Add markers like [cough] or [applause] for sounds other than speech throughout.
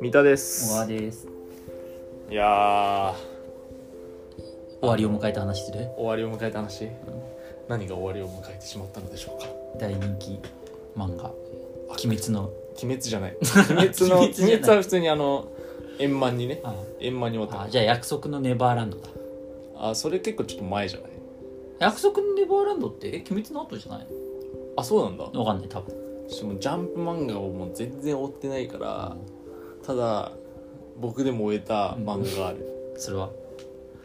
三田で小川すですいやー終わりを迎えた話する終わりを迎えた話、何が終わりを迎えてしまったのでしょうか大人気漫画「あ鬼滅の鬼滅じゃない [laughs] 鬼滅の鬼滅鬼じゃない滅は普通にあの円満にね」あ円満に終わあっじゃあ約束のネバーランドだたあそれ結構ちょっと前じゃない約束のネバーランドってえ鬼滅の後じゃないあそうなんだのわかんない多分しかもジャンプ漫画をもう全然追ってないからただ僕でも追えた漫画がある、それは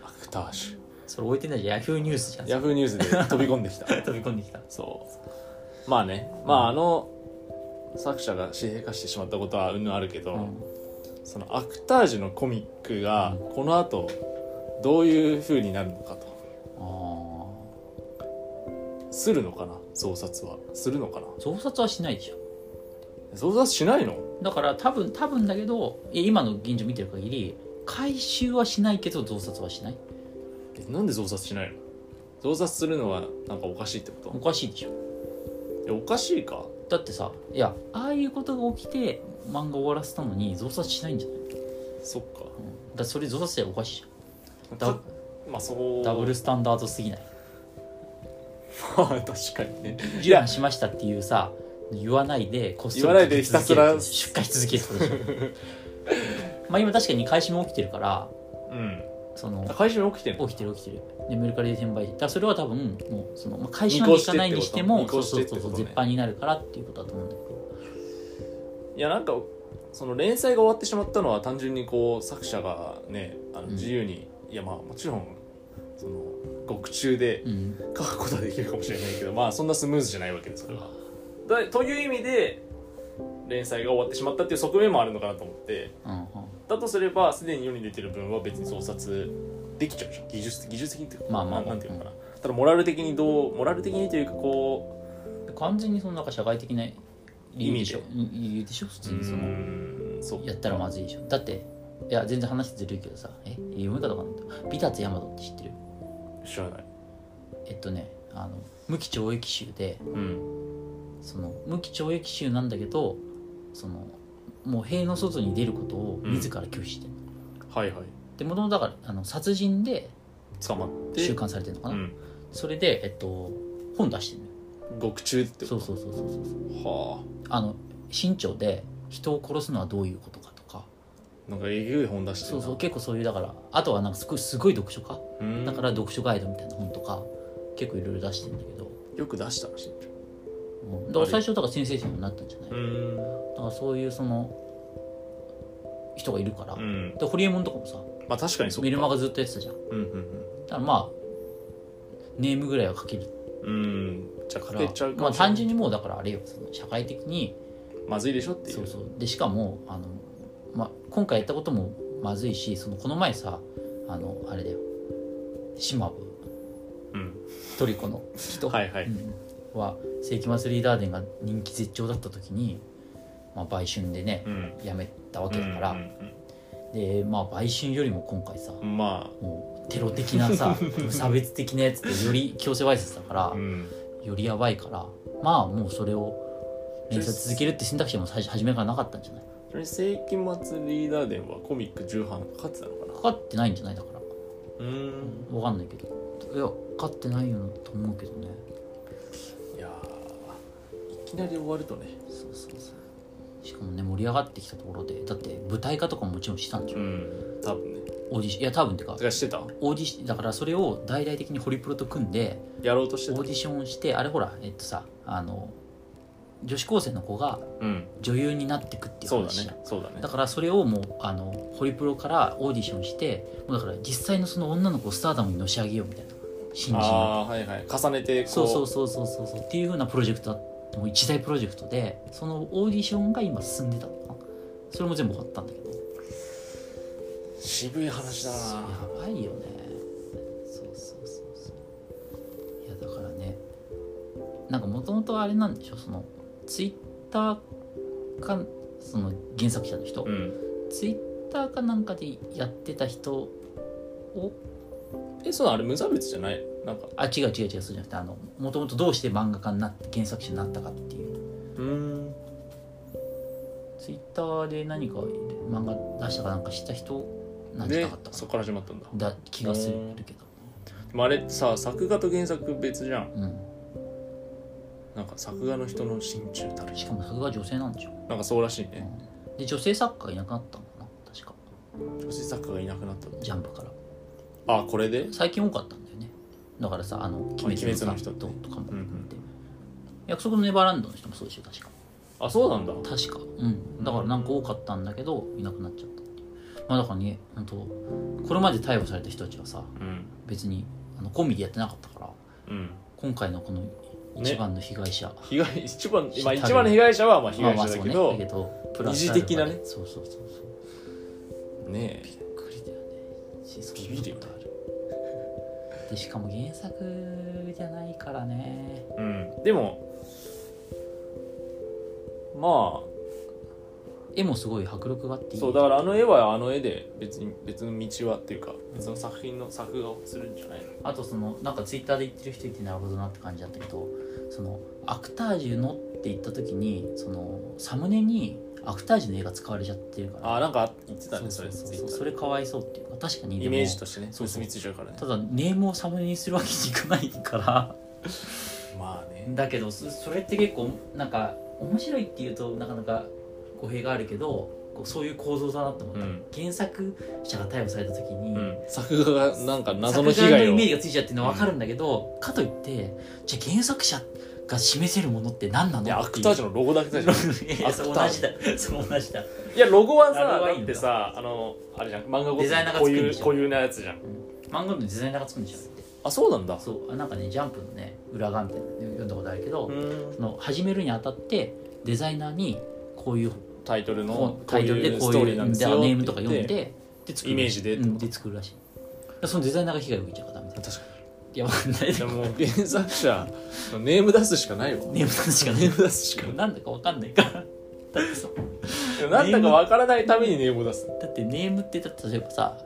アクターシそれ置いてないじゃんヤフーニュースじゃんュヤフーニュースで飛び込んでき [laughs] た飛び込んできたそうまあねまああの作者が紙幣化してしまったことはうんぬんあるけど、うんそのアクタージュのコミックがこの後どういう風になるのかとあするのかな増刷はするのかなあ増刷はしないでしょ増刷しないのだから多分多分だけどいや今の現状見てる限り回収はしないけど増刷はしないえなんで増刷しないの増刷するのはなんかおかしいってこおかしいでしょとえおかしいかだってさいやああいうことが起きて漫画終わらせたのに増刷しないんじゃないそっかだってそれ増刷したらおかしいじゃんダかまあそうダブルスタンダードすぎないまあ [laughs] 確かにねい10や万しましたっていうさ言わないでこっそり言わないでひたすら出荷し続けるってことでしょまあ今確かに回収も起きてるからうんそのあ回収に起きてんの起きてる起きてるでメルカリで転売だからそれは多分もうその、まあ、回収までいかないにしても見越しそてうってそこうとそうね絶版になるからっていうことだと思うんだけどいやなんかその連載が終わってしまったのは単純にこう作者がねあのうん自由に、いやまあもちろんその獄中でうん書くことはできるかもしれないけどまあそんなスムーズじゃないわけですそれはだという意味で連載が終わってしまったっていう側面もあるのかなと思ってうんだとすればすでに世に出てる分は別に創殺できちゃうじゃん技術技術的にっていうかまあまあななんていうのかなただモラル的にどうモラル的にというかこうんで完全にそのなんか社会的な理由でしょ意うん理由でしょ普う通にそのーんそうやったらまずいでしょだっていや全然話ずるいけどさえ読め方わかんないけど美達ヤマトって知ってる知らないえっとねあの無期懲役囚でうんその無期懲役囚なんだけどそのもう塀の外に出ることを自ら拒否してる、はいはいでもともとだからあの殺人で捕まって収監されてるのかうな、んそれで、えっと、本出してるのよ獄中ってそこうそうそうそうそうとはあの身長で人を殺すのはどういうことかとかあなんかえぐい本出してるそなうそう結構そういうだからあとはなんかすごいすごい読書家うーんだから読書ガイドみたいな本とか結構いろいろ出してるんだけど、よく出したらしいうんだから最初だから先生にもなったんじゃない、うーんだからそういうその人がいるから、うんでホリエモンとかもさまあ確かにそうメルマガずっとやってたじゃんだうんうんからまあネームぐらいは書けるうんうんじゃあかからけちゃうかまあもしれない単純にもうだからあれよその社会的にまずいでしょっていうそうそうでしかもあの、まあ、今回やったこともまずいしそのこの前さあのあれだよシマブうんトリコの人、はいはいうんは世紀末リーダーデンが人気絶頂だった時に、まあ、売春でねうんやめたわけだから、うんでまあ売春よりも今回さ、うんうんまもうテロ的 [laughs] なさ無差別的なやつってより強制わいせつだからあ、うんよりやばいからまあもうそれを連載続けるって選択肢も最初初めからなかったんじゃないそれ世紀末リーダー伝はコミック重版かかってたのかなかかってないんじゃないだからうーん分かんないけどいやかかってないよと思うけどねいやーいきなり終わるとねそうそうそうしかもね盛り上がってきたところでだって舞台化とかももちろんしたんでしょ、ん多分ねオーディションいや多分っていうかてかしてたオーディションだからそれを大々的にホリプロと組んでやろうとしてオたーディションをしてあれほらえっとさあの女子高生の子がうん女優になってくっていうそう話だじゃんねそうだねだからそれをもうあのホリプロからオーディションしてもうだから実際のその女の子をスターダムにのし上げようみたいな新人をああーはいはい重ねてこうそうそうそうそうそうそうっていうふうなプロジェクトだもう一大プロジェクトでそのオーディションが今進んでたのかなそれも全部終わったんだけど渋い話だそうなやばいよねそうそうそうそういやだからねなんかもともとあれなんでしょそのツイッターかその原作者の人、うんツイッターかなんかでやってた人をえそうなのあれ無差別じゃないなんかあ違う違う違うそうじゃなくてあのもともとどうして漫画家になって原作者になったかっていううんツイッターで何か漫画出したかなんかした人なんじゃでなかったそこかから始まったんだなだ気がするけどでもあれさ作画と原作別じゃんうんなんか作画の人の心中たるしかもそれが女性なんでしょ、なんかそうらしいうねん、で女性作家いなくなったのかな確か女子作家がいなくなったのジャンプからあこれで最近多かったんだよねだからさあの「鬼滅の鬼滅の人人」とかも、うんうん約束のネバーランドの人もそうでしょ確かあそうなんだ確かうんだからなんか多かったんだけどいなくなっちゃったっていうまあだからね本当これまで逮捕された人たちはさうん別にあのコンビでやってなかったからうん今回のこの一番の被害者、被害一番、まあ、多分一番の被害者はまあ被まあ害まあ者だそうけねどだけねどプラス二次的なねアルファでそうそうそうそうえびっくりだよねしそんビビるなよねことある [laughs] でしかも原作じゃないからねうんでもま絵もすごい迫力があってあいいそうだからあの絵はあの絵で別に別の道はっていうか別の作品の作画をするんじゃないのあとそのなんかツイッターで言ってる人いてなるほどなって感じだったけどそのアクタージュのって言った時にそのサムネにアクタージュの絵が使われちゃってるからあなんか言ってたそねうそそれうツそうイそうッそターれかわいそうっていうか確かにでもイメージとしてねそう結そうびついちゃうからねただネームをサムネにするわけにいかないからまあねだけどそそれって結構なんか面白いっていうとなかなか語弊があるけどこうそういう構造だなと思った、うん原作者が逮捕された時に、うん作画がなんか謎の作被画の害イをメージがついちゃうっていうのは分かるんだけど、かといってじゃあ原作者が示せるものって何なのいやアクタージュのロゴだけだじゃんュ [laughs] いやそう同じだそう同じだ [laughs] いやロゴはあされはだいいんだってさあのあれじゃん漫画ごとデザイナーがこう作るんいでうしょ固有なやつじゃん漫画のデザイナーが作るんじゃなくてあそうなんだそうあなんかね「ジャンプ」のね裏側みたいなの読んだことあるけど、うんその始めるにあたってデザイナーにこういうタイトルこのうタイトルでこういうなネんですよームとか読んって言っでで作イメージでうんで作るらしいだからそのデザイナーが被害を受けちゃうからダメだて確かいやわかんない [laughs] にでもう原作者のネーム出すしかないわネームなんしか [laughs] ネねーム出すしかないなんだかわかんないからだってさ [laughs] でもなんだかわからないためにネームを出すだってネームってだって例えばさ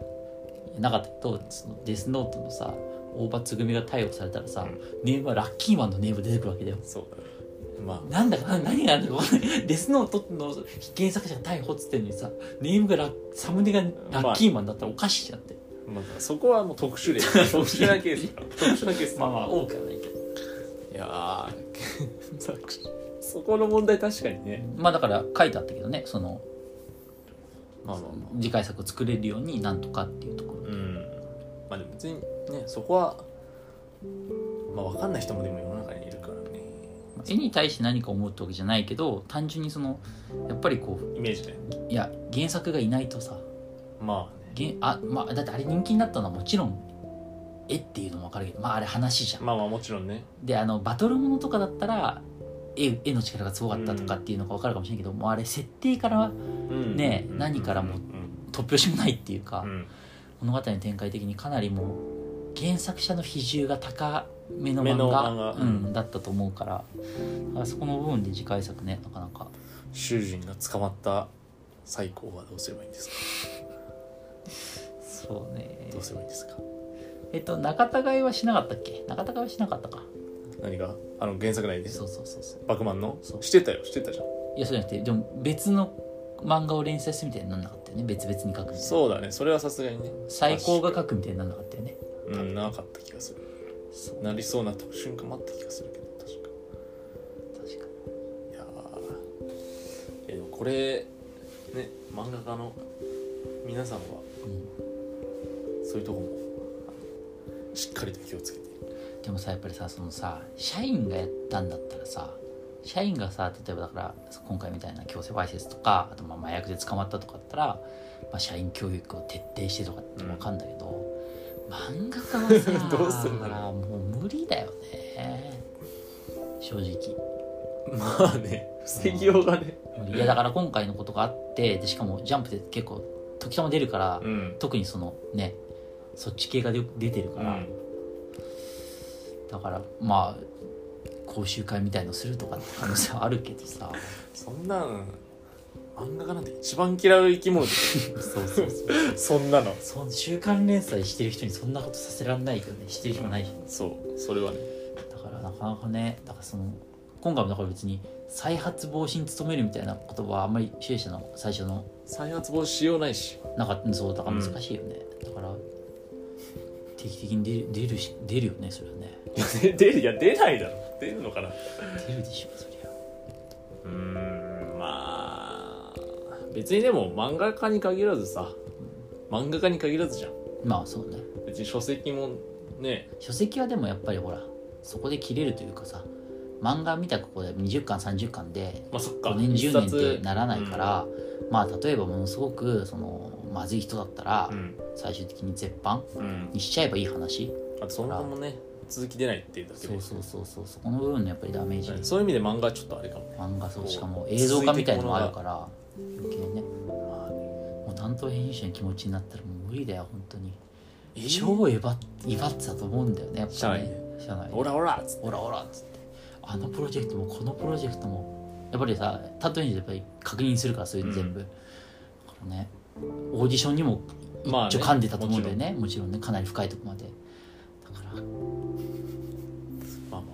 なかったけどそのデスノートのさ大場つぐみが逮捕されたらさ、うんネームはラッキーマンのネーム出てくるわけだよそうだねまあなんだかな何があるのかわ [laughs] かんないデスノートの原作者が逮捕っつってんのにさネームがラッサムネがラッキーマンだったらおかしいじゃんってまあそこはもう特殊例 [laughs] 特殊なケースだから特殊なケースまあまあ多くはないけどいやー原作者そこの問題確かにねまあだから書いてあったけどねそのまあまあまあ次回作を作れるようになんとかっていうとこうろんまあでも別にねそこはまあ分かんない人もでも世の中にいるからね絵に対して何か思うってわけじゃないけど単純にそのやっぱりこうイメージねいや原作がいないとさまあね原あ、まあ、だってあれ人気になったのはもちろん絵っていうのも分かるけどまああれ話じゃんまあまあもちろんねであのバトルものとかだったら絵絵の力がすごかったとかっていうのが分かるかもしれないけど、もうあれ設定かうらんねえうん何からも突拍子もないっていうか、うんうん物語の展開的にかなりもう原作者の比重が高めの目漫の画漫画うん、だったと思うからあそこの部分で次回作ねなかなか囚人が捕まった最高はどうすればいいんですかそうねどうすればいいんですかえっと仲違いはしなかったっけ仲違いはしなかったか何があの原作内でそうそうそうそうバクマンのそうしてたよしてたじゃんいやそうじゃなくてでも別の漫画を連載するみたいになんなかったよね別々に書くみたいなそうだねそれはさすがにね最高が書くみたいになんなかったよねうんなかった気がするそうなりそうな瞬間もあった気がするけど確か確かいやーいやでもこれね漫画家の皆さんはに、うそういうとこもあのしっかりと気をつけてん、でもさやっぱりさそのさ社員がやったんだったらさ社員がさ例えばだから今回みたいな強制わいせつとかあとまあ麻薬で捕まったとかだったら、まあ、社員教育を徹底してとかってわかんだけど、漫画家はさ [laughs] どうすんだろもう無理だよね正直。まあね防ぎようがねいやだから今回のことがあってでしかも「ジャンプ」で結構時たま出るから、うん特にそのねそっち系がで出てるうから、んだからまあ講習会みたいのするとかって可能性はあるけどさそんなん漫画家なんて一番嫌う生き物でそうそうそう [laughs] そんなのそん週刊連載してる人にそんなことさせられないけどねしてる人もないしそうそれはねだからなかなかねだからその今回もだから別に再発防止に努めるみたいな言葉はあんまり主演者の最初の再発防止しようないしなかったそうだから難しいよね、だから定期的に出る出るし出るよねそれはねいやで出るいや出ないだろ出るのかな出るでしょそりゃうーんまあ別にでも漫画家に限らずさ漫画家に限らずじゃんまあそうね別に書籍もね書籍はでもやっぱりほらそこで切れるというかさ漫画見たここで20巻30巻でまあそっか5年一10冊年ってならないから、まあ例えばものすごくそのまずい人だったらうん最終的に絶版うん、うんにしちゃえばいい話あとその後もね続き出ないっていうだけそでうそうそうそうそこの部分のやっぱりダメージはいそういう意味で漫画はちょっとあれかもね漫画そうしかも映像化みたいなのもあるから余計ねまあねもう担当編集者の気持ちになったらもう無理だよ本当にえ超威張威張ってたと思うんだよねやっぱりね社内でオラオラっつってオラオラっつってあのプロジェクトもこのプロジェクトもやっぱりさ担当編集やっぱり確認するからそういうの全部、だからねオーディションにもまあ一応ね噛んでたと思うんだよね,、もちろんねかなり深いとこまでだかまらあまあま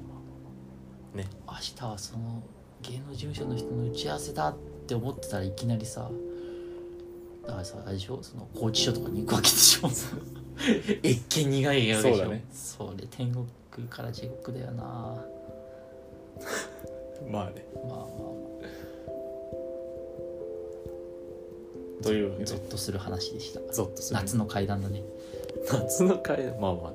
明日はその芸能事務所の人の打ち合わせだって思ってたらいきなりさだからさあれでしょその拘置所とかに行くわけでしょ [laughs] 一見苦いわけでしそうょだねそれ天国から地獄だよなあままあねあまあまというわあけゾでッとする話でしたゾッとする夏の階段だね夏の会まあまあ